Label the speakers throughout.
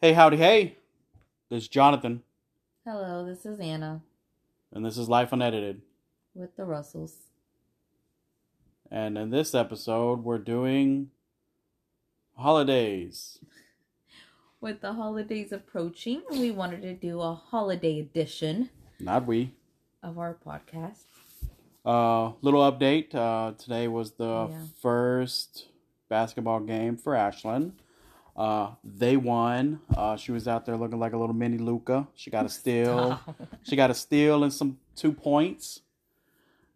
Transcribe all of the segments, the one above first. Speaker 1: Hey, howdy, hey. This is Jonathan,
Speaker 2: Hello, this is Anna
Speaker 1: and this is Life Unedited.
Speaker 2: with the Russells.
Speaker 1: And in this episode, we're doing holidays.
Speaker 2: With the holidays approaching, we wanted to do a holiday edition
Speaker 1: Not we.
Speaker 2: of our podcast.
Speaker 1: Uh, little update. Uh, today was the
Speaker 2: Yeah.
Speaker 1: first basketball game for Ashlyn. Uh, they won. Uh, she was out there looking like a little mini Luca. She got a steal. She got a steal and some two points.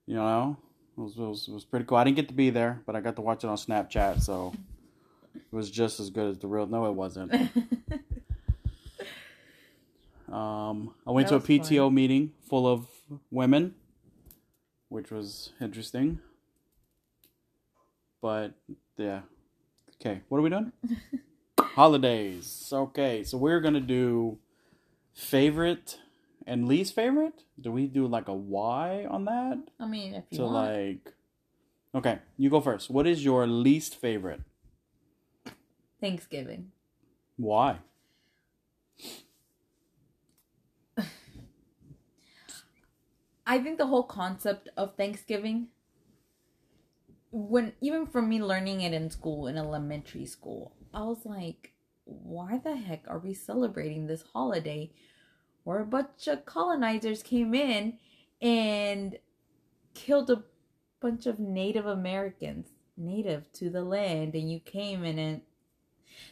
Speaker 1: You know, it was, it was it was pretty cool. I didn't get to be there, but I got to watch it on Snapchat, so it was just as good as the real. No, it wasn't. Um, I went
Speaker 2: That
Speaker 1: to a
Speaker 2: was
Speaker 1: PTO
Speaker 2: fun.
Speaker 1: meeting full of women, which was interesting. But yeah, okay. What are we doing? Holidays. Okay, so we're gonna do favorite and least favorite. Do we do like a why on that?
Speaker 2: I mean, if you
Speaker 1: So
Speaker 2: want.
Speaker 1: like, okay, you go first. What is your least favorite?
Speaker 2: Thanksgiving.
Speaker 1: Why?
Speaker 2: I think the whole concept of Thanksgiving, when even for me learning it in school, in elementary school, I was like, why the heck are we celebrating this holiday where a bunch of colonizers came in and killed a bunch of Native Americans, native to the land, and you came in and.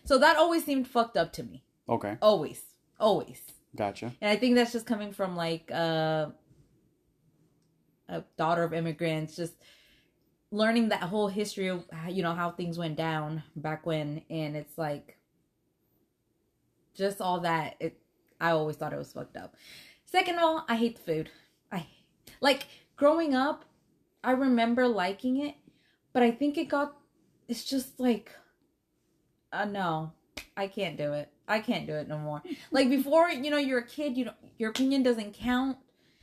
Speaker 2: So that always seemed fucked up to me.
Speaker 1: Okay,
Speaker 2: Always. Always
Speaker 1: gotcha.
Speaker 2: and I think that's just coming from like uh, a daughter of immigrants, just learning that whole history of how- you know how things went down back when, and it's like just all that. It I always thought it was fucked up. Second of all, I hate the food. I like growing up. I remember liking it, but I think it got. It's just like, uh, no, I can't do it. I can't do it no more. Like before, you know, you're a kid. You don't, your opinion doesn't count.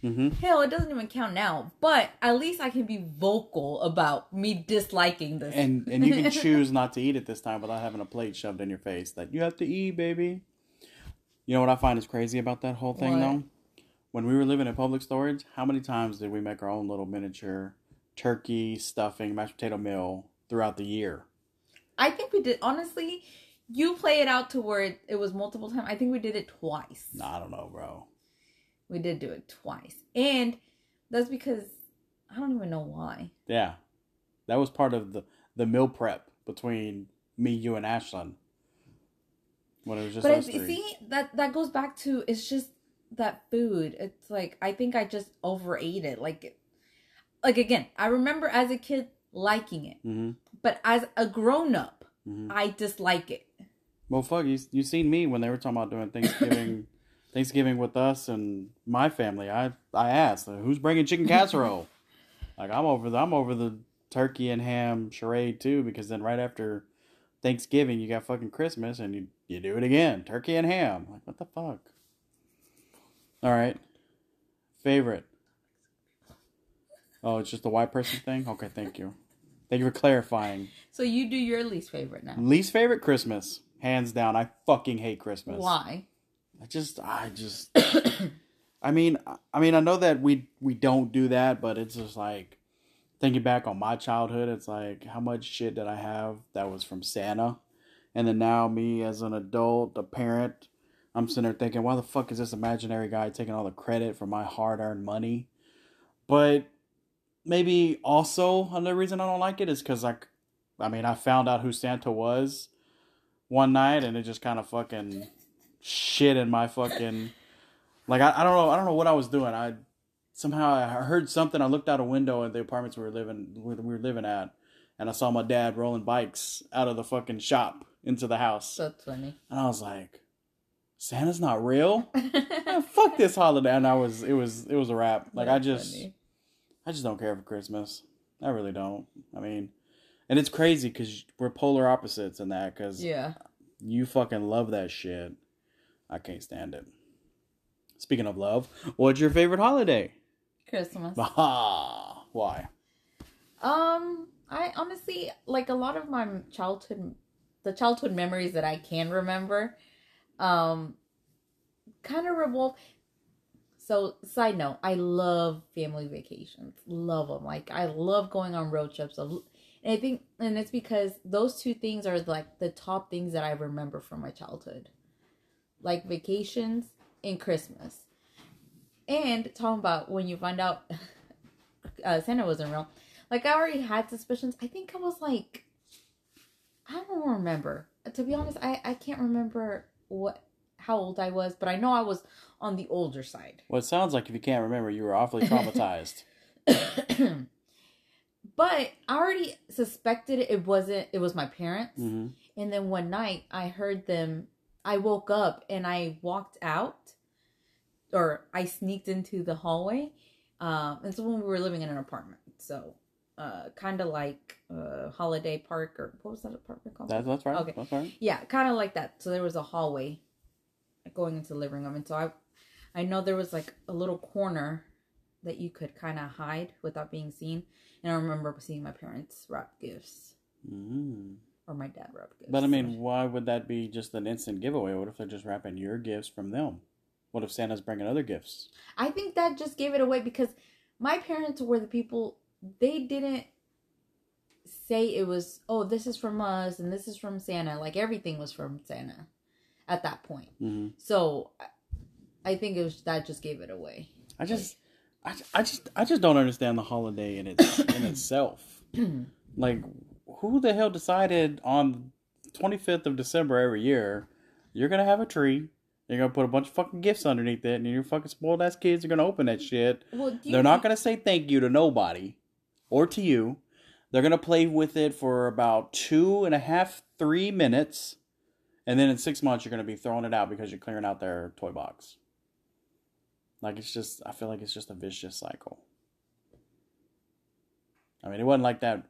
Speaker 1: Mm-hmm.
Speaker 2: Hell, it doesn't even count now. But at least I can be vocal about me disliking this.
Speaker 1: and and you can choose not to eat it this time without having a plate shoved in your face that you have to eat, baby. You know what I find is crazy about that whole thing
Speaker 2: What?
Speaker 1: though? When we were living in public storage, how many times did we make our own little miniature turkey stuffing mashed potato meal throughout the year?
Speaker 2: I think we did. Honestly, you play it out to where it, it was multiple times. I think we did it twice.
Speaker 1: Nah, I don't know, bro.
Speaker 2: We did do it twice, and that's because I don't even know why.
Speaker 1: Yeah. That was part of the the meal prep between me, you and Ashlyn. When it was just
Speaker 2: but I,
Speaker 1: us three.
Speaker 2: see that that goes back to it's just that food it's like i think i just overate it like like again i remember as a kid liking it
Speaker 1: mm-hmm.
Speaker 2: but as a grown-up
Speaker 1: Mhm.
Speaker 2: i dislike it
Speaker 1: Well, fuck, you you seen me when they were talking about doing Thanksgiving, Thanksgiving with us and my family. I I asked who's bringing chicken casserole. like I'm over the I'm over the turkey and ham charade too because then right after Thanksgiving you got fucking Christmas and you you do it again turkey and ham. Like what the fuck. All right, favorite. Oh, it's just a white person thing. Okay, thank you, thank you for clarifying.
Speaker 2: so you do your least favorite now
Speaker 1: Least favorite Christmas, hands down. I fucking hate Christmas.
Speaker 2: why
Speaker 1: I just, I just, I mean, I- I mean, I know that we we don't do that, but it's just like thinking back on my childhood. It's like how much shit did I have that was from Santa, and then now me as an adult, a parent, I'm sitting there thinking, why the fuck is this imaginary guy taking all the credit for my hard earned money? But maybe also another reason I don't like it is because I, c- I mean, I found out who Santa was one night, and it just kind of fucking shit in my fucking like I, I don't know I don't know what I was doing. I somehow I heard something. I looked out a window at the apartments we were living we were living at, and I saw my dad rolling bikes out of the fucking shop into the house,
Speaker 2: that's funny
Speaker 1: and I was like, Santa's not real. Man, fuck this holiday. And I was it was it was a wrap. Like I
Speaker 2: That's
Speaker 1: just
Speaker 2: funny.
Speaker 1: I just don't care for Christmas. I really don't. I mean, and it's crazy because we're polar opposites in that because
Speaker 2: yeah
Speaker 1: you fucking love that shit. I can't stand it. Speaking of love, what's your favorite holiday?
Speaker 2: christmas
Speaker 1: Aha! Why?
Speaker 2: Um, I honestly like a lot of my childhood, the childhood memories that I can remember. um kind of revolve so side note i love family vacations love them like i love going on road trips I l- and i think and it's because those two things are like the top things that i remember from my childhood like vacations and christmas and talking about when you find out uh, santa wasn't real like i already had suspicions i think i was like i don't remember to be honest i i can't remember what how old i was but i know i was on the older side
Speaker 1: Well, it sounds like if you can't remember, you were awfully traumatized.
Speaker 2: but I already suspected it wasn't it was my parents.
Speaker 1: hmm
Speaker 2: And then one night I heard them I woke up and I walked out or I sneaked into the hallway. Um and so when we were living in an apartment. So uh kind of like uh holiday park or what was that apartment called?
Speaker 1: That, that's right.
Speaker 2: Okay.
Speaker 1: That's right.
Speaker 2: Yeah, kind of like that. So there was a hallway going into the living room, and so I, I know there was like a little corner that you could kind of hide without being seen. And I remember seeing my parents wrap gifts
Speaker 1: Mm.
Speaker 2: or my dad wrap gifts.
Speaker 1: But I mean, why would that be just an instant giveaway? What if they're just wrapping your gifts from them? What if Santa's bringing other gifts?
Speaker 2: I think that just gave it away because my parents were the people they didn't say it was oh this is from us and this is from Santa like everything was from Santa at that point.
Speaker 1: hmm
Speaker 2: So I- I think it was that just gave it away.
Speaker 1: I just, I, I just, I just don't understand the holiday in its in itself. Like, who the hell decided on twenty fifth of December every year you're gonna have a tree, you're gonna put a bunch of fucking gifts underneath it, and your fucking spoiled ass kids are gonna open that shit.
Speaker 2: Well, do you
Speaker 1: They're not gonna say thank you to nobody or to you. They're gonna play with it for about two and a half, three minutes, and then in six months you're gonna be throwing it out because you're clearing out their toy box. Like it's just, I feel like it's just a vicious cycle. I mean, it wasn't like that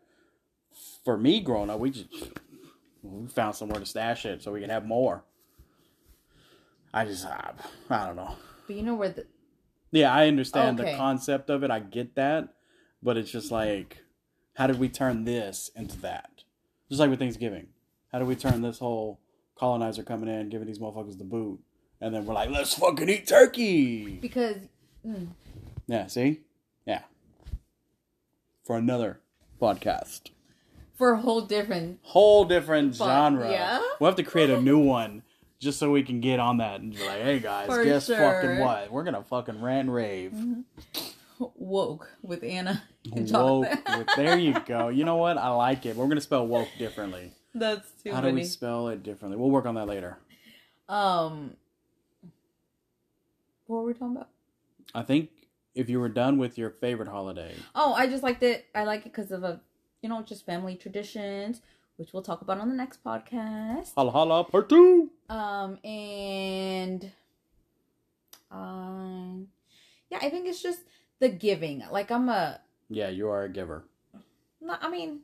Speaker 1: for me growing up. We just we found somewhere to stash it so we could have more. I just, I, I don't know.
Speaker 2: But you know where the
Speaker 1: Yeah, I understand
Speaker 2: Okay.
Speaker 1: the concept of it. I get that, but it's just like, how did we turn this into that? Just like with Thanksgiving, how do we turn this whole colonizer coming in, giving these motherfuckers the boot, and then we're like, let's fucking eat turkey.
Speaker 2: because mm,
Speaker 1: Yeah, see, yeah. For another podcast,
Speaker 2: for a whole different
Speaker 1: whole different
Speaker 2: But-
Speaker 1: genre.
Speaker 2: yeah?
Speaker 1: We'll have to create a new one just so we can get on that and be like, hey guys,
Speaker 2: For
Speaker 1: guess
Speaker 2: sure.
Speaker 1: fucking what? We're gonna fucking rant and rave.
Speaker 2: woke with Anna and
Speaker 1: woke.
Speaker 2: Jonathan.
Speaker 1: with- there you go. You know what? I like it. We're gonna spell woke differently.
Speaker 2: That's too
Speaker 1: How do
Speaker 2: funny.
Speaker 1: we spell it differently? We'll work on that later.
Speaker 2: Um, what were we talking about?
Speaker 1: I think if you were done with your favorite holiday,
Speaker 2: Oh, I just liked it. I like it because of a you know just family traditions, which we'll talk about on the next podcast.
Speaker 1: holla holla part two.
Speaker 2: Um and um yeah, I think it's just the giving. Like I'm a
Speaker 1: Yeah, you are a giver.
Speaker 2: not, I mean,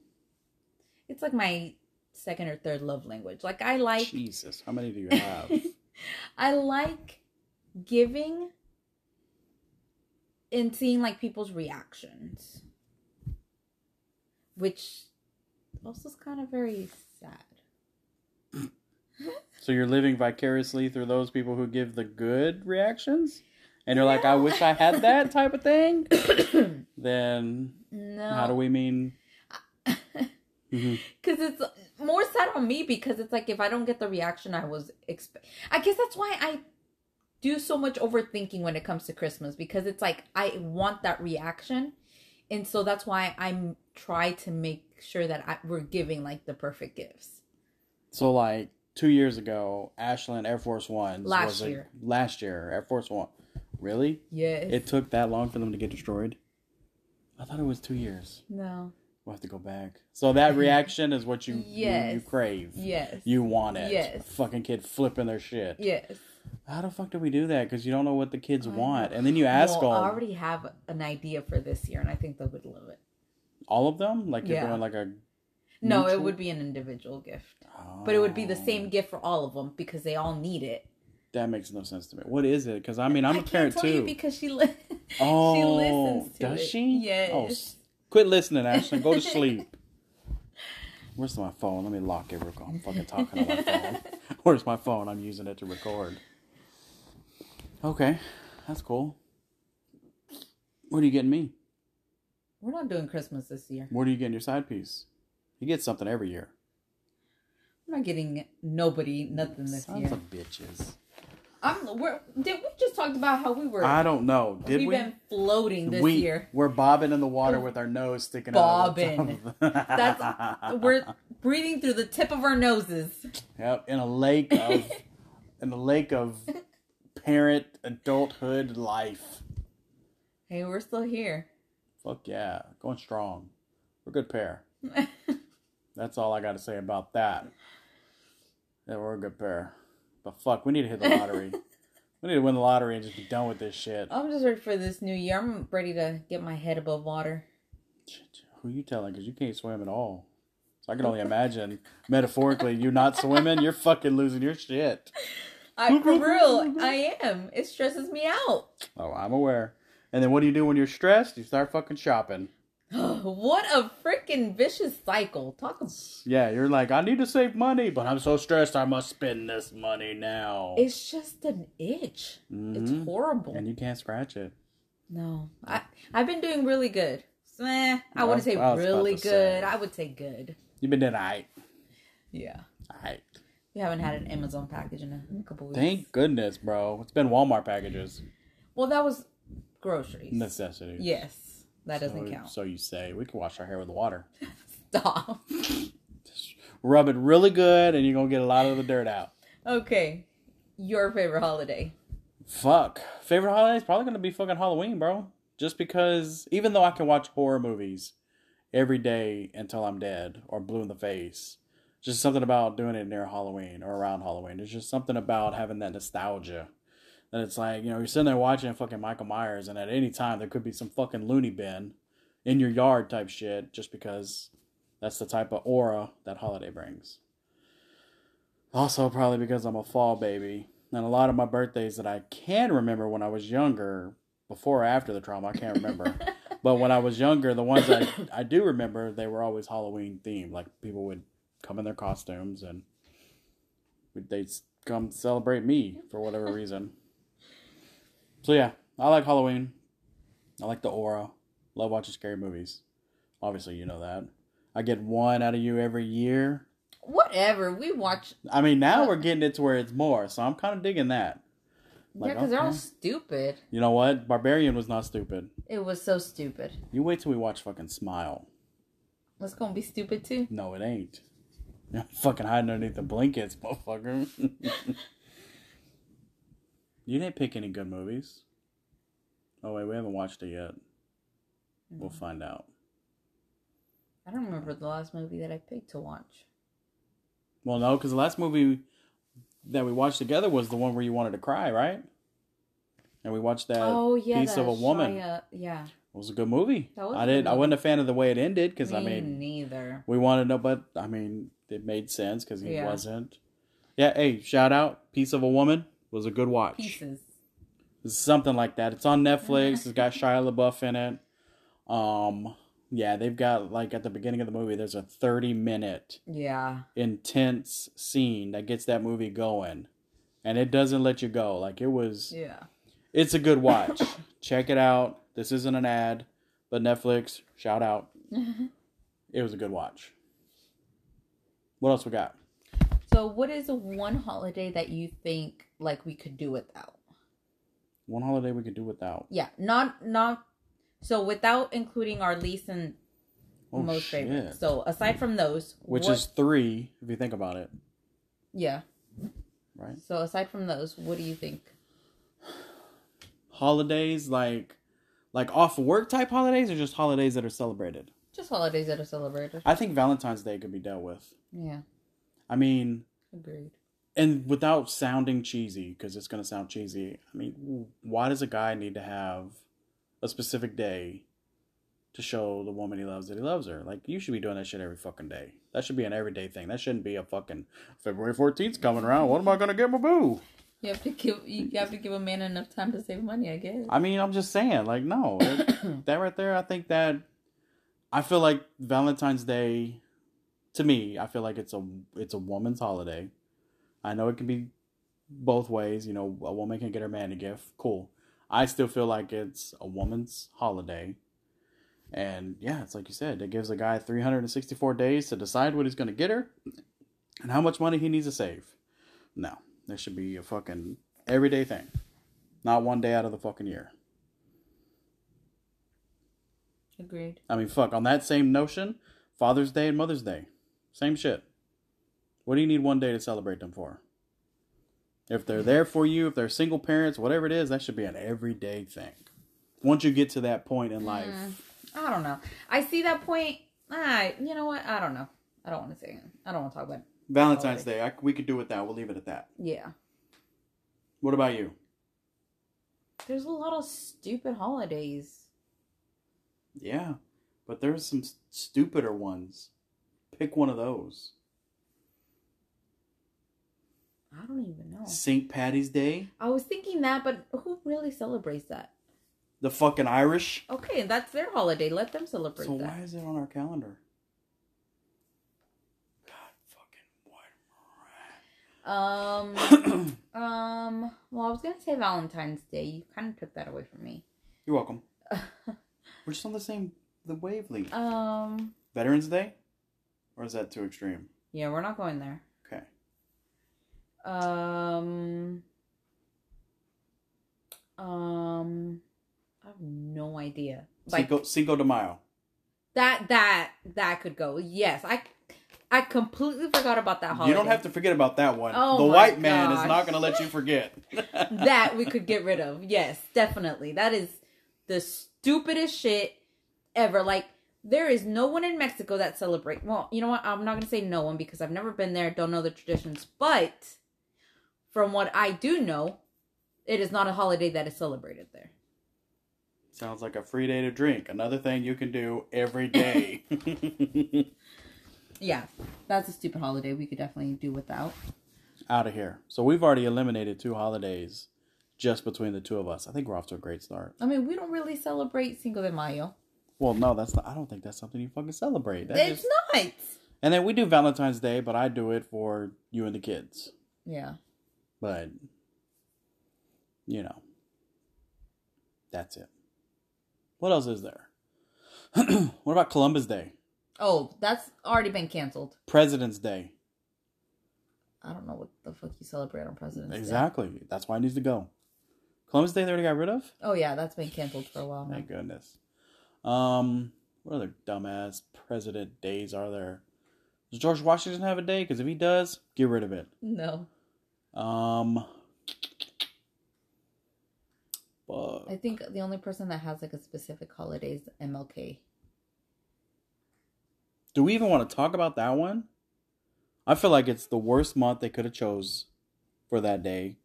Speaker 2: it's like my second or third love language. Like I like
Speaker 1: Jesus, how many do you have?
Speaker 2: I like giving and seeing like people's reactions, which also is kind of very sad.
Speaker 1: so you're living vicariously through those people who give the good reactions, and you're like, I wish I had that type of thing. then
Speaker 2: No,
Speaker 1: how do we mean? Mhm.
Speaker 2: because it's more sad on me because it's like if I don't get the reaction I was expect. I guess that's why I do so much overthinking when it comes to Christmas because it's like I want that reaction, and so that's why I'm try to make sure that I, we're giving like the perfect gifts.
Speaker 1: So like two years ago, Ashland Air Force One
Speaker 2: Last year.
Speaker 1: last year, Air Force One. Really?
Speaker 2: Yes.
Speaker 1: It took that long for them to get destroyed. I thought it was two years.
Speaker 2: no.
Speaker 1: We'll have to go back. So that reaction is what you you- you,
Speaker 2: Yes.
Speaker 1: crave.
Speaker 2: Yes.
Speaker 1: You want it.
Speaker 2: Yes.
Speaker 1: Fucking kid flipping their shit.
Speaker 2: yes.
Speaker 1: How the fuck do we do that? Because you don't know what the kids
Speaker 2: I know.
Speaker 1: want, and then you ask
Speaker 2: well,
Speaker 1: all
Speaker 2: I already have an idea for this year, and I think they would love it.
Speaker 1: all of them. Like you're
Speaker 2: Yeah.
Speaker 1: doing like a.
Speaker 2: No, it
Speaker 1: Neutral?
Speaker 2: would be an individual gift, but it would be the
Speaker 1: Oh.
Speaker 2: same gift for all of them because they all need it.
Speaker 1: That makes no sense to me. What is it? Because I mean, I'm a
Speaker 2: I
Speaker 1: parent
Speaker 2: can't
Speaker 1: too.
Speaker 2: tell you because she li-
Speaker 1: Oh,
Speaker 2: she listens to
Speaker 1: does
Speaker 2: it.
Speaker 1: she?
Speaker 2: Yes.
Speaker 1: Oh, s- quit listening, Ashley. Go to sleep. Where's my phone? Let me lock it real quick. I'm fucking talking on my phone. Where's my phone? I'm using it to record. Okay, that's cool. What are you getting me?
Speaker 2: We're not doing Christmas this year.
Speaker 1: What are you getting your side piece? You get something every year.
Speaker 2: I'm not getting nobody nothing this
Speaker 1: Sons
Speaker 2: year.
Speaker 1: of bitches.
Speaker 2: I'm. We're, did we just talked about how we were?
Speaker 1: I don't know. Did
Speaker 2: we've
Speaker 1: we?
Speaker 2: been floating this
Speaker 1: we
Speaker 2: year.
Speaker 1: we're bobbing in the water with our nose sticking out. of the
Speaker 2: Bobbing.
Speaker 1: top of-
Speaker 2: That's we're breathing through the tip of our noses.
Speaker 1: Yep, in a lake of in a lake of parent adulthood life.
Speaker 2: Hey, we're still here.
Speaker 1: Fuck yeah, going strong. We're a good pair. That's all I got to say about that. Yeah, we're a good pair. But fuck, we need to hit the lottery. we need to win the lottery and just be done with this shit.
Speaker 2: I'm just ready for this new year. I'm ready to get my head above water.
Speaker 1: Shit, Who you telling? Because you can't swim at all. So I can only imagine, metaphorically, you not swimming, you're fucking losing your shit.
Speaker 2: I for real, I am. It stresses me out.
Speaker 1: Oh, I'm aware. And then what do you do when you're stressed? You start fucking shopping.
Speaker 2: what a freaking vicious cycle. Talk about
Speaker 1: Yeah, you're like, I need to save money, but I'm so stressed, I must spend this money now.
Speaker 2: it's just an itch.
Speaker 1: Mhm.
Speaker 2: It's horrible.
Speaker 1: and you can't scratch it.
Speaker 2: no. I I've been doing really good. Eh, I
Speaker 1: I
Speaker 2: wouldn't
Speaker 1: was-
Speaker 2: say
Speaker 1: I was about
Speaker 2: really
Speaker 1: to
Speaker 2: good.
Speaker 1: say.
Speaker 2: I would say good.
Speaker 1: You've been doing aight.
Speaker 2: Yeah.
Speaker 1: Aight.
Speaker 2: We haven't had an Amazon package in a couple weeks.
Speaker 1: Thank goodness, bro. It's been Walmart packages.
Speaker 2: Well, that was groceries.
Speaker 1: Necessities.
Speaker 2: Yes. That doesn't
Speaker 1: So-
Speaker 2: count.
Speaker 1: So you say. We can wash our hair with water.
Speaker 2: Stop.
Speaker 1: Rub it really good, and you're going to get a lot of the dirt out.
Speaker 2: Okay. Your favorite holiday.
Speaker 1: Fuck. Favorite holiday is probably going to be fucking Halloween, bro. Just because, even though I can watch horror movies every day until I'm dead or blue in the face, just something about doing it near Halloween or around Halloween. There's just something about having that nostalgia. That it's like, you know, you're sitting there watching fucking Michael Myers, and at any time there could be some fucking loony bin in your yard type shit, just because that's the type of aura that holiday brings. Also, probably because I'm a fall baby, and a lot of my birthdays that I can remember when I was younger, before or after the trauma, I can't remember. but when I was younger, the ones I, I do remember, they were always Halloween themed. Like people would come in their costumes and they'd come celebrate me for whatever reason. So, yeah, I like Halloween. I like the aura. Love watching scary movies. Obviously, you know that. I get one out of you every year.
Speaker 2: Whatever. We watch.
Speaker 1: I mean, now
Speaker 2: Well-
Speaker 1: we're getting it to where it's more, so I'm kind of digging that.
Speaker 2: yeah,
Speaker 1: Like,
Speaker 2: because they're all
Speaker 1: okay.
Speaker 2: stupid.
Speaker 1: You know what? Barbarian was not stupid.
Speaker 2: It was so stupid.
Speaker 1: You wait till we watch fucking Smile.
Speaker 2: It's gonna be stupid too.
Speaker 1: No, it ain't. You're fucking hiding underneath the blankets, motherfucker. you didn't pick any good movies. Oh wait, we haven't watched it yet. We'll
Speaker 2: Mm-hmm.
Speaker 1: find out.
Speaker 2: I don't remember the last movie that I picked to watch.
Speaker 1: Well, no, because the last movie that we watched together was the one where you wanted to cry, right? And we watched that
Speaker 2: oh yeah,
Speaker 1: Uh, piece
Speaker 2: the
Speaker 1: of a woman.
Speaker 2: Shia- yeah,
Speaker 1: It was a good movie.
Speaker 2: That was
Speaker 1: I
Speaker 2: a good
Speaker 1: did. I
Speaker 2: movie.
Speaker 1: wasn't a fan of the way it ended because
Speaker 2: me
Speaker 1: I mean
Speaker 2: neither.
Speaker 1: we wanted to know, but I mean it made sense because he
Speaker 2: Yeah.
Speaker 1: wasn't. Yeah. Hey, shout out. Piece of a Woman was a good watch.
Speaker 2: Pieces.
Speaker 1: It's something like that. It's on Netflix. it's got Shia LaBeouf in it. Um. Yeah, they've got like at the beginning of the movie, there's a 30 minute
Speaker 2: Yeah,
Speaker 1: intense scene that gets that movie going, and it doesn't let you go. Like it was
Speaker 2: yeah.
Speaker 1: it's a good watch. Check it out. This isn't an ad, but Netflix, shout out. it was a good watch. What else we got?
Speaker 2: So, what is one holiday that you think like we could do without?
Speaker 1: One holiday we could do without.
Speaker 2: Yeah, not not. So, without including our least and
Speaker 1: Oh,
Speaker 2: most
Speaker 1: shit.
Speaker 2: favorite. So, aside from those,
Speaker 1: Which
Speaker 2: what-
Speaker 1: is three, if you think about it,
Speaker 2: yeah.
Speaker 1: right?
Speaker 2: So, aside from those, what do you think?
Speaker 1: Holidays like like off work type holidays or just holidays that are celebrated?
Speaker 2: Just holidays that are celebrated.
Speaker 1: I think Valentine's Day could be dealt with.
Speaker 2: Yeah,
Speaker 1: I mean,
Speaker 2: agreed.
Speaker 1: and without sounding cheesy because it's going to sound cheesy i mean why does a guy need to have a specific day to show the woman he loves that he loves her like you should be doing that shit every fucking day that should be an everyday thing that shouldn't be a fucking february 14th coming around what am i going to get my boo
Speaker 2: You have to give you have to give a man enough time to save money, I guess.
Speaker 1: i mean i'm just saying like no it- that right there i think that i feel like valentine's day to me i feel like it's a it's a woman's holiday I know it can be both ways. You know, a woman can get her man a gift. Cool. I still feel like it's a woman's holiday. And yeah, it's like you said, it gives a guy 364 days to decide what he's going to get her and how much money he needs to save. No, this should be a fucking everyday thing. Not one day out of the fucking year.
Speaker 2: Agreed.
Speaker 1: I mean, fuck, on that same notion, Father's Day and Mother's Day. Same shit. What do you need one day to celebrate them for? If they're there for you, if they're single parents, whatever it is, that should be an everyday thing. Once you get to that point in life,
Speaker 2: I don't know. I see that point. Ah, you know what? I don't know. I don't want to say it. I don't want to talk about it.
Speaker 1: Valentine's Day, I, we could do with that. We'll leave it at that.
Speaker 2: Yeah.
Speaker 1: What about you?
Speaker 2: There's a lot of stupid holidays.
Speaker 1: Yeah, but there's some s- stupider ones. Pick one of those.
Speaker 2: I don't even know.
Speaker 1: St. Patty's Day,
Speaker 2: I was thinking that, but who really celebrates that?
Speaker 1: the fucking Irish.
Speaker 2: Okay, that's their holiday. Let them celebrate
Speaker 1: So
Speaker 2: that.
Speaker 1: why is it on our calendar? God fucking what?
Speaker 2: Um, um. Well, I was gonna say Valentine's Day. You kind of took that away from me.
Speaker 1: You're welcome. We're just on the same the wavelength.
Speaker 2: Um.
Speaker 1: Veterans Day, or is that too extreme?
Speaker 2: Yeah, we're not going there.
Speaker 1: Okay.
Speaker 2: Um. Um. I have no idea. Like
Speaker 1: Cinco, Cinco de Mayo.
Speaker 2: that. That that could go. Yes, I. I completely forgot about that holiday.
Speaker 1: You don't have to forget about that one.
Speaker 2: Oh
Speaker 1: the
Speaker 2: my
Speaker 1: white man is
Speaker 2: gosh.
Speaker 1: not going to let you forget.
Speaker 2: that we could get rid of. Yes, definitely. That is the stupidest shit ever. Like there is no one in Mexico that celebrate. Well, you know what? I'm not going to say no one because I've never been there, don't know the traditions, but from what I do know, it is not a holiday that is celebrated there.
Speaker 1: Sounds like a free day to drink. Another thing you can do every day.
Speaker 2: Yeah. That's a stupid holiday we could definitely do without.
Speaker 1: Out of here. So we've already eliminated two holidays just between the two of us. I think we're off to a great start.
Speaker 2: I mean, we don't really celebrate Cinco de Mayo.
Speaker 1: Well, no, that's not. I don't think that's something you fucking celebrate. That
Speaker 2: it's
Speaker 1: is-
Speaker 2: not.
Speaker 1: and then we do Valentine's Day, but I do it for you and the kids.
Speaker 2: Yeah.
Speaker 1: But you know, that's it. What else is there? what about Columbus Day,
Speaker 2: Oh, that's already been canceled.
Speaker 1: President's Day?
Speaker 2: I don't know what the fuck you celebrate on President's Day.
Speaker 1: Exactly. That's why it needs to go. Columbus Day they already got rid of.
Speaker 2: Oh yeah, that's been canceled for a while. now.
Speaker 1: Thank goodness. Um, what other dumbass president days are there? Does George Washington have a day? Because if he does, get rid of it.
Speaker 2: No,
Speaker 1: Um, but
Speaker 2: I think the only person that has like a specific holiday is MLK.
Speaker 1: do we even want to talk about that one? I feel like it's the worst month they could have chose for that day.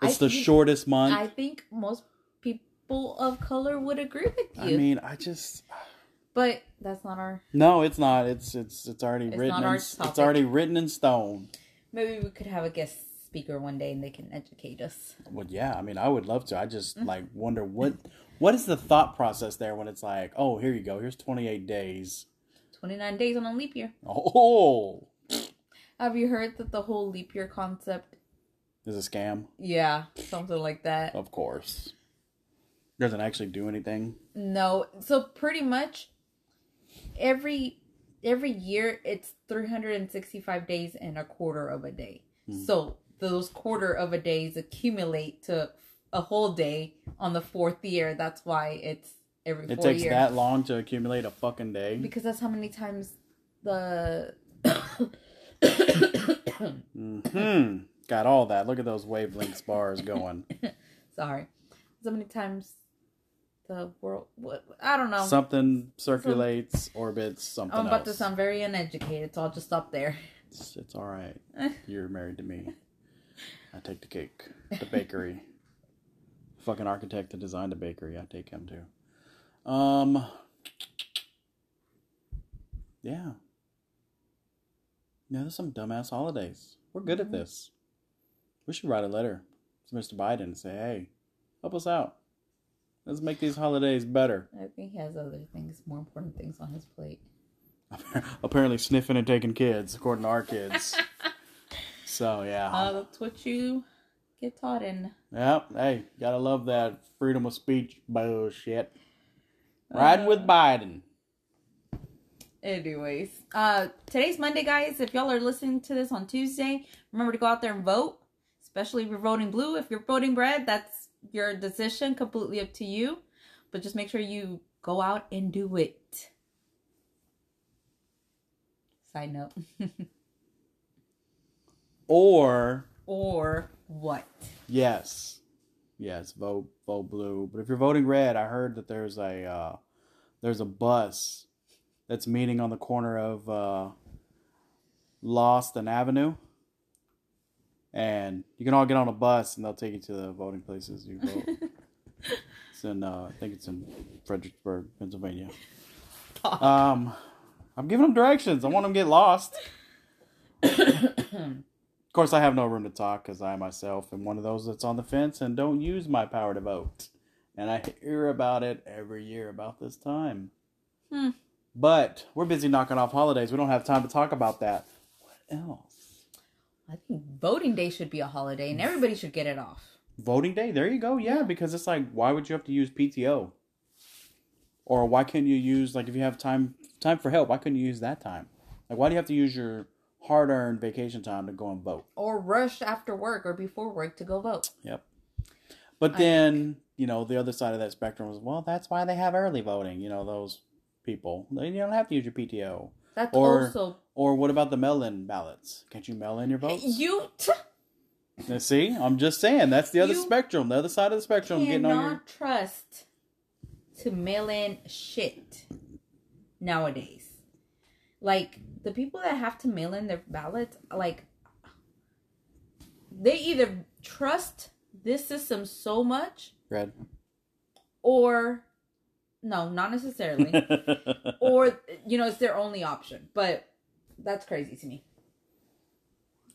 Speaker 2: I
Speaker 1: It's the
Speaker 2: think-
Speaker 1: shortest month.
Speaker 2: I
Speaker 1: I,
Speaker 2: think most people of color would agree with you,
Speaker 1: mean, I just
Speaker 2: but that's not our.
Speaker 1: no, it's not. It's it's it's already
Speaker 2: It's
Speaker 1: written.
Speaker 2: not
Speaker 1: In,
Speaker 2: our
Speaker 1: s- it's
Speaker 2: topic.
Speaker 1: already written in stone.
Speaker 2: Maybe we could have a guest speaker one day and they can educate us.
Speaker 1: Well, yeah. I mean, I would love to. I just
Speaker 2: Mm.
Speaker 1: like wonder what what is the thought process there when it's like, oh, here you go. Here's 28 days.
Speaker 2: Twenty nine days on a leap year.
Speaker 1: Oh,
Speaker 2: Have you heard that the whole leap year concept?
Speaker 1: this is a scam.
Speaker 2: Yeah, something like that.
Speaker 1: Of course, doesn't actually do anything.
Speaker 2: No, so pretty much every every year it's 365 days and a quarter of a day.
Speaker 1: Hmm.
Speaker 2: So those quarter of a days accumulate to a whole day on the fourth year. That's why it's every
Speaker 1: It
Speaker 2: four
Speaker 1: takes
Speaker 2: years.
Speaker 1: that long to accumulate a fucking day.
Speaker 2: because that's how many times the
Speaker 1: Hmm. Got all that. Look at those wavelengths bars going.
Speaker 2: sorry, so many times the world. What I don't know.
Speaker 1: Something circulates, orbits, something
Speaker 2: I'm about to
Speaker 1: else.
Speaker 2: sound very uneducated, so I'll just stop there.
Speaker 1: It's, it's all right. You're married to me. I take the cake, the bakery. Fucking architect that designed the bakery. I take him too. Um. Yeah. Yeah, there's some dumbass holidays. We're good at this. We should write a letter to Mr. Biden and say, "Hey, help us out. Let's make these holidays better."
Speaker 2: I think he has other things, more important things on his plate.
Speaker 1: Apparently, sniffing and taking kids, according to our kids. so yeah.
Speaker 2: Uh, that's what you get taught in.
Speaker 1: yep. Hey, gotta love that freedom of speech bullshit. Riding with Biden.
Speaker 2: Anyways, uh, today's Monday, guys. If y'all are listening to this on Tuesday, remember to go out there and vote. Especially if you're voting blue. If you're voting red, that's your decision, completely up to you. But just make sure you go out and do it. Side note.
Speaker 1: Or
Speaker 2: or what?
Speaker 1: yes, yes, vote vote blue. But if you're voting red, I heard that there's a uh, there's a bus that's meeting on the corner of uh, Lost and Avenue, and you can all get on a bus and they'll take you to the voting places you vote. it's in uh, I think it's in Fredericksburg, Pennsylvania. Um, I'm giving them directions. I want them to get lost. Of course, I have no room to talk because I myself am one of those that's on the fence and don't use my power to vote. And I hear about it every year about this time.
Speaker 2: Hmm.
Speaker 1: But we're busy knocking off holidays. We don't have time to talk about that. What else?
Speaker 2: I think voting day should be a holiday and everybody should get it off.
Speaker 1: Voting day. There you go. Yeah, because it's like, why would you have to use PTO? Or why can't you use like if you have time time for help? Why couldn't you use that time? Like, why do you have to use your hard earned vacation time to go and vote?
Speaker 2: Or rush after work or before work to go vote.
Speaker 1: Yep. But then, you know, the other side of that spectrum was, well, that's why they have early voting, you know, those people. They don't have to use your PTO.
Speaker 2: That's
Speaker 1: Or-
Speaker 2: also
Speaker 1: Or what about the mail in ballots? Can't you mail in your votes?
Speaker 2: you t-
Speaker 1: Now, See, I'm just saying, that's the other
Speaker 2: You
Speaker 1: spectrum, the other side of the spectrum. Getting on your.
Speaker 2: cannot trust to mail in shit nowadays. Like the people that have to mail in their ballots, like they either trust this system so much
Speaker 1: Red.
Speaker 2: or no, not necessarily. or you know, it's their only option. But that's crazy to me.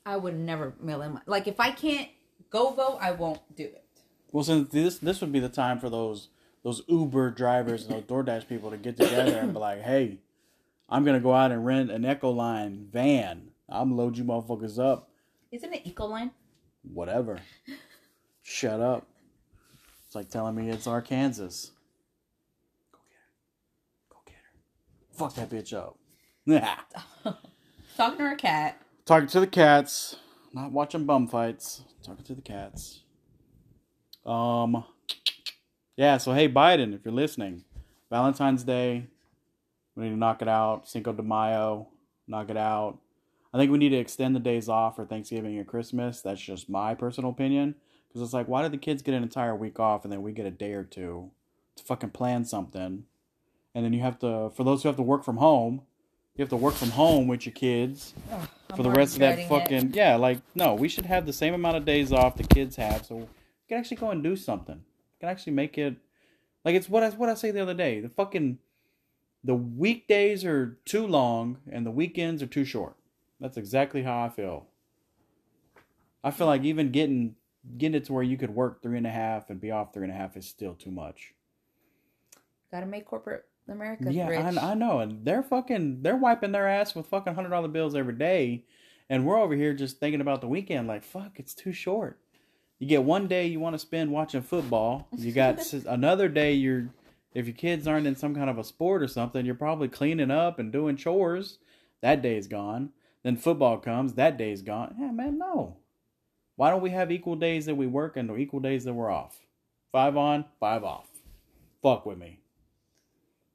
Speaker 2: I would never mail in my like if I can't go vote, I won't do it.
Speaker 1: well, since this this would be the time for those those Uber drivers and those DoorDash people to get together and be like, hey, I'm going to go out and rent an Ecoline van. I'm load you motherfuckers up.
Speaker 2: Isn't it Ecoline?
Speaker 1: whatever. Shut up. It's like telling me it's Arkansas. Go get her. Go get her. Fuck that bitch up. Nah.
Speaker 2: Talking to her cat.
Speaker 1: Talking to the cats. Not watching bum fights. Talking to the cats. Um. Yeah, so hey, Biden, if you're listening, Valentine's Day, we need to knock it out. Cinco de Mayo, knock it out. I think we need to extend the days off for Thanksgiving and Christmas. That's just my personal opinion. Because it's like, why do the kids get an entire week off and then we get a day or two to fucking plan something? And then you have to, for those who have to work from home, you have to work from home with your kids
Speaker 2: Ugh, I'm
Speaker 1: for the
Speaker 2: already
Speaker 1: rest of that
Speaker 2: dreading it.
Speaker 1: fucking yeah like no we should have the same amount of days off the kids have so we can actually go and do something we can actually make it like it's what I what I say the other day the fucking the weekdays are too long and the weekends are too short that's exactly how I feel I feel like even getting getting it to where you could work three and a half and be off three and a half is still too much
Speaker 2: Gotta make corporate America
Speaker 1: yeah,
Speaker 2: rich.
Speaker 1: I, I know, and they're fucking they're wiping their ass with fucking hundred dollar bills every day, and we're over here just thinking about the weekend. Like fuck, it's too short. You get one day you want to spend watching football. You got s- another day you're if your kids aren't in some kind of a sport or something, you're probably cleaning up and doing chores. That day's gone. Then football comes. That day's gone. Yeah, man, no. Why don't we have equal days that we work and equal days that we're off? Five on, five off. Fuck with me.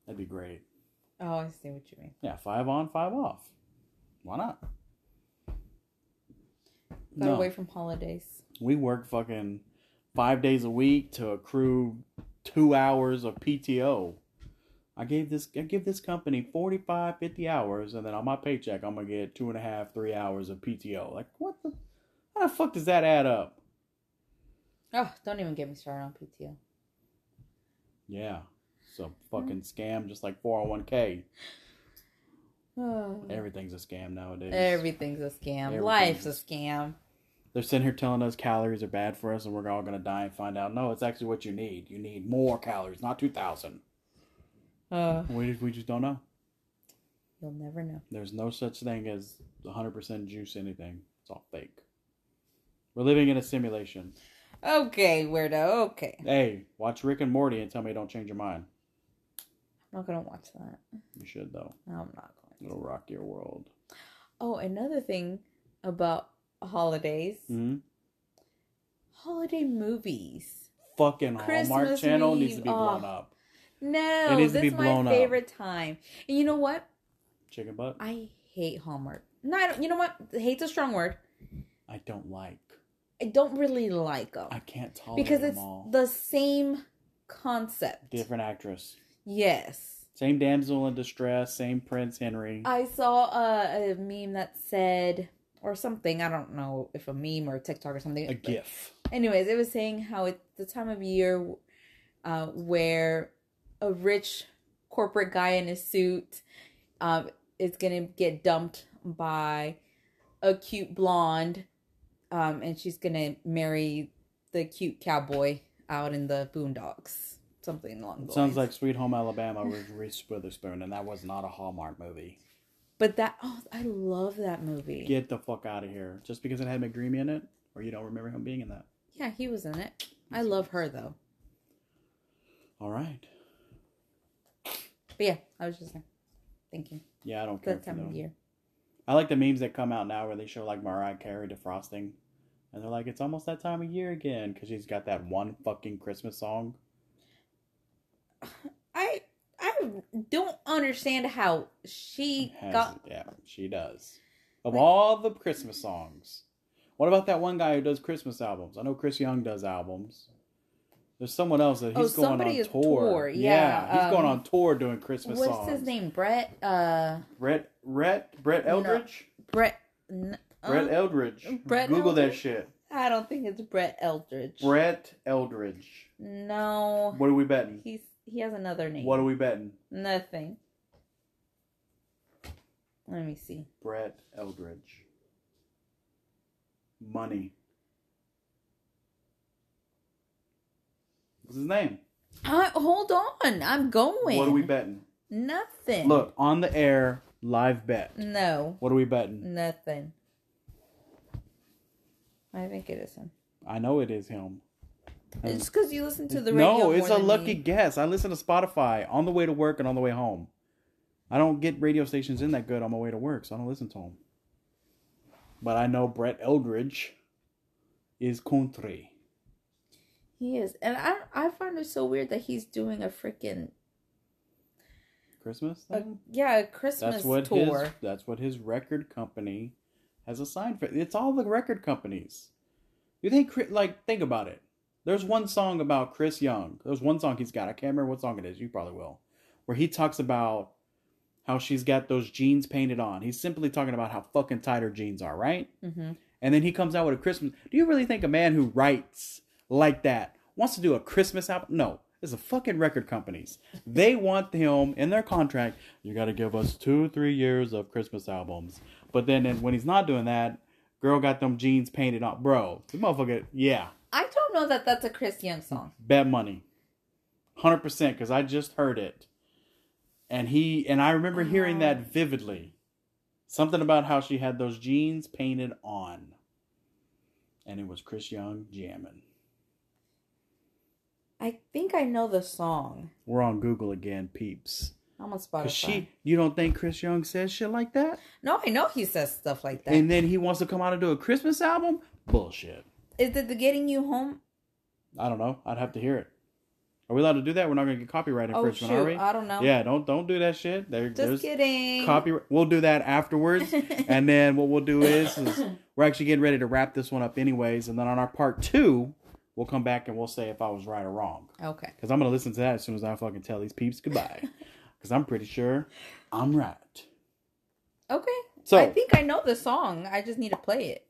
Speaker 1: That'd be great.
Speaker 2: oh, I see what you mean.
Speaker 1: Yeah, five on, five off. Why not?
Speaker 2: Got
Speaker 1: No,
Speaker 2: away from holidays.
Speaker 1: we work fucking five days a week to accrue two hours of PTO. I gave this I give this company 45, 50 hours, and then on my paycheck I'm gonna get two and a half, three hours of PTO. Like what the how the fuck does that add up?
Speaker 2: Oh, don't even get me started on PTO.
Speaker 1: Yeah. It's a fucking scam just like 401k.
Speaker 2: Oh.
Speaker 1: Everything's a scam nowadays.
Speaker 2: Everything's a scam. Life's a
Speaker 1: Everything's-
Speaker 2: scam.
Speaker 1: They're sitting here telling us calories are bad for us and we're all going to die and find out. No, it's actually what you need. You need more calories, not 2,000.
Speaker 2: Uh,
Speaker 1: We just, we just don't know.
Speaker 2: you'll never know.
Speaker 1: There's no such thing as 100% juice anything. It's all fake. We're living in a simulation.
Speaker 2: Okay, weirdo. Okay.
Speaker 1: Hey, watch Rick and Morty and tell me don't change your mind.
Speaker 2: I'm not going to watch that.
Speaker 1: You should though.
Speaker 2: No, I'm not going to.
Speaker 1: It'll rock your world.
Speaker 2: Oh, another thing about holidays
Speaker 1: hmm
Speaker 2: holiday movies.
Speaker 1: Fucking Hallmark
Speaker 2: Christmas
Speaker 1: Channel
Speaker 2: Eve,
Speaker 1: needs to be blown
Speaker 2: oh.
Speaker 1: up.
Speaker 2: No,
Speaker 1: It
Speaker 2: this
Speaker 1: needs to be
Speaker 2: is
Speaker 1: blown
Speaker 2: my
Speaker 1: up.
Speaker 2: favorite time. And you know what?
Speaker 1: Chicken butt. I,
Speaker 2: I hate Hallmark. No, I don't, you know what? Hate's a strong word.
Speaker 1: don't like.
Speaker 2: I don't really like them
Speaker 1: I can't tolerate
Speaker 2: because
Speaker 1: them
Speaker 2: it's
Speaker 1: all.
Speaker 2: the same concept.
Speaker 1: Different actress.
Speaker 2: Yes.
Speaker 1: Same damsel in distress. Same Prince Henry.
Speaker 2: I saw a, a meme that said, or something, I don't know if a meme or a TikTok or something.
Speaker 1: a
Speaker 2: but
Speaker 1: gif.
Speaker 2: Anyways, it was saying how it's the time of year uh, where a rich corporate guy in a suit uh, is going to get dumped by a cute blonde um, and she's going to marry the cute cowboy out in the boondocks. Something along
Speaker 1: It
Speaker 2: those
Speaker 1: sounds
Speaker 2: lines.
Speaker 1: like Sweet Home Alabama with Reese Witherspoon, and that was not a Hallmark movie.
Speaker 2: But that, oh, I love that movie.
Speaker 1: Get the fuck out of here. Just because it had McDreamy in it, or you don't remember him being in that.
Speaker 2: Yeah, he was in it. I love her though.
Speaker 1: All right.
Speaker 2: But yeah, I was just like thinking
Speaker 1: Yeah, I don't care
Speaker 2: that
Speaker 1: for
Speaker 2: time of
Speaker 1: them.
Speaker 2: year.
Speaker 1: I like the memes that come out now where they show like Mariah Carey defrosting, and they're like, "It's almost that time of year again," because she's got that one fucking Christmas song.
Speaker 2: I I don't understand how she
Speaker 1: Has-
Speaker 2: got
Speaker 1: yeah, she does. Of
Speaker 2: Like-
Speaker 1: all the Christmas songs, what about that one guy who does Christmas albums? I know Chris Young does albums. There's someone else that
Speaker 2: Oh,
Speaker 1: he's going on
Speaker 2: somebody
Speaker 1: tour.
Speaker 2: is tour, yeah,
Speaker 1: he's going
Speaker 2: um,
Speaker 1: on tour doing Christmas
Speaker 2: what's
Speaker 1: songs.
Speaker 2: his name? Brett uh
Speaker 1: Brett Brett Brett
Speaker 2: No.
Speaker 1: Eldridge.
Speaker 2: Brett n- uh,
Speaker 1: Brett Eldridge.
Speaker 2: Brett
Speaker 1: Google that
Speaker 2: Eldridge?
Speaker 1: shit.
Speaker 2: I don't think it's Brett Eldridge.
Speaker 1: Brett Eldridge.
Speaker 2: No.
Speaker 1: What are we betting?
Speaker 2: He's he has another name.
Speaker 1: What are we betting?
Speaker 2: Nothing. Let me see.
Speaker 1: Brett Eldridge. Money. What's his name?
Speaker 2: Uh, hold on. I'm going.
Speaker 1: What are we betting?
Speaker 2: Nothing.
Speaker 1: Look, on the air, live bet.
Speaker 2: No.
Speaker 1: What are we betting?
Speaker 2: Nothing. I think it is him.
Speaker 1: I know it is him. Um,
Speaker 2: It's because you listen to the radio.
Speaker 1: no, it's
Speaker 2: more
Speaker 1: a
Speaker 2: than
Speaker 1: lucky
Speaker 2: me.
Speaker 1: guess. I listen to Spotify on the way to work and on the way home. I don't get radio stations in that good on my way to work, so I don't listen to them. But I know Brett Eldridge is country.
Speaker 2: He is, and I I find it so weird that he's doing a freaking
Speaker 1: Christmas
Speaker 2: a,
Speaker 1: thing?
Speaker 2: yeah a Christmas
Speaker 1: that's what
Speaker 2: tour.
Speaker 1: his that's what his record company has assigned for. It's all the record companies. You think Chri- like think about it. There's one song about Chris Young. There's one song he's got. I can't remember what song it is. You probably will. Where he talks about how she's got those jeans painted on. He's simply talking about how fucking tight her jeans are, right?
Speaker 2: hmm
Speaker 1: And then he comes out with a Christmas. Do you really think a man who writes like that wants to do a Christmas album? No, it's a fucking record companies. They want him in their contract. You got to give us two, three years of Christmas albums. But then and when he's not doing that, girl got them jeans painted on. Bro, the motherfucker, yeah,
Speaker 2: I don't know that that's a Chris
Speaker 1: Mm.
Speaker 2: Young song.
Speaker 1: bet money, hundred percent. Because I just heard it, and he and I remember hearing that vividly. Something about how she had those jeans painted on, and it was Chris Young jamming.
Speaker 2: I think I know the song.
Speaker 1: We're on Google again, peeps.
Speaker 2: I'm on
Speaker 1: 'Cause
Speaker 2: Spotify.
Speaker 1: she, you don't think Chris Young says shit like that?
Speaker 2: no, I know he says stuff like that. Is
Speaker 1: And then he wants to come out and do a Christmas album? Bullshit.
Speaker 2: it the Getting You Home?
Speaker 1: I don't know. I'd have to hear it. Are we allowed to do that? We're not going to get copyright
Speaker 2: Oh
Speaker 1: infringement, are we?
Speaker 2: shoot, I don't know.
Speaker 1: Yeah, don't don't do that shit. There,
Speaker 2: just
Speaker 1: there's
Speaker 2: kidding.
Speaker 1: copyright. We'll do that afterwards, and then what we'll do is, is we're actually getting ready to wrap this one up, anyways. And then on our part two, we'll come back and we'll say if I was right or wrong,
Speaker 2: Okay.
Speaker 1: because I'm gonna listen to that as soon as I fucking tell these peeps goodbye, because I'm pretty sure I'm right.
Speaker 2: Okay.
Speaker 1: So-
Speaker 2: I think I know the song. I just need to play it.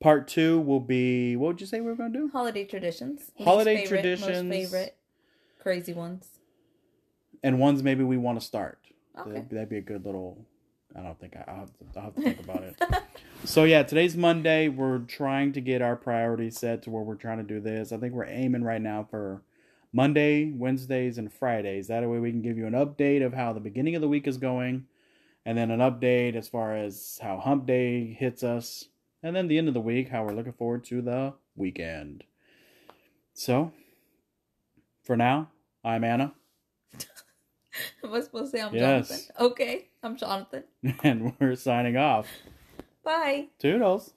Speaker 1: Part two will be what would you say we were gonna do?
Speaker 2: Holiday traditions. Least
Speaker 1: Holiday
Speaker 2: Most
Speaker 1: traditions.
Speaker 2: favorite. Crazy ones.
Speaker 1: And ones maybe we want to start.
Speaker 2: Okay.
Speaker 1: That'd, that'd be a good little. I don't think I, I'll, have to, I'll have to think about it. So yeah, today's Monday. We're trying to get our priorities set to where we're trying to do this. I think we're aiming right now for Monday, Wednesdays, and Fridays. That way we can give you an update of how the beginning of the week is going, and then an update as far as how Hump Day hits us, and then the end of the week, how we're looking forward to the weekend. So, for now, I'm Anna,
Speaker 2: Am I supposed to say I'm
Speaker 1: Yes.
Speaker 2: Jonathan? Okay, I'm Jonathan.
Speaker 1: and we're signing off.
Speaker 2: Bye.
Speaker 1: Toodles.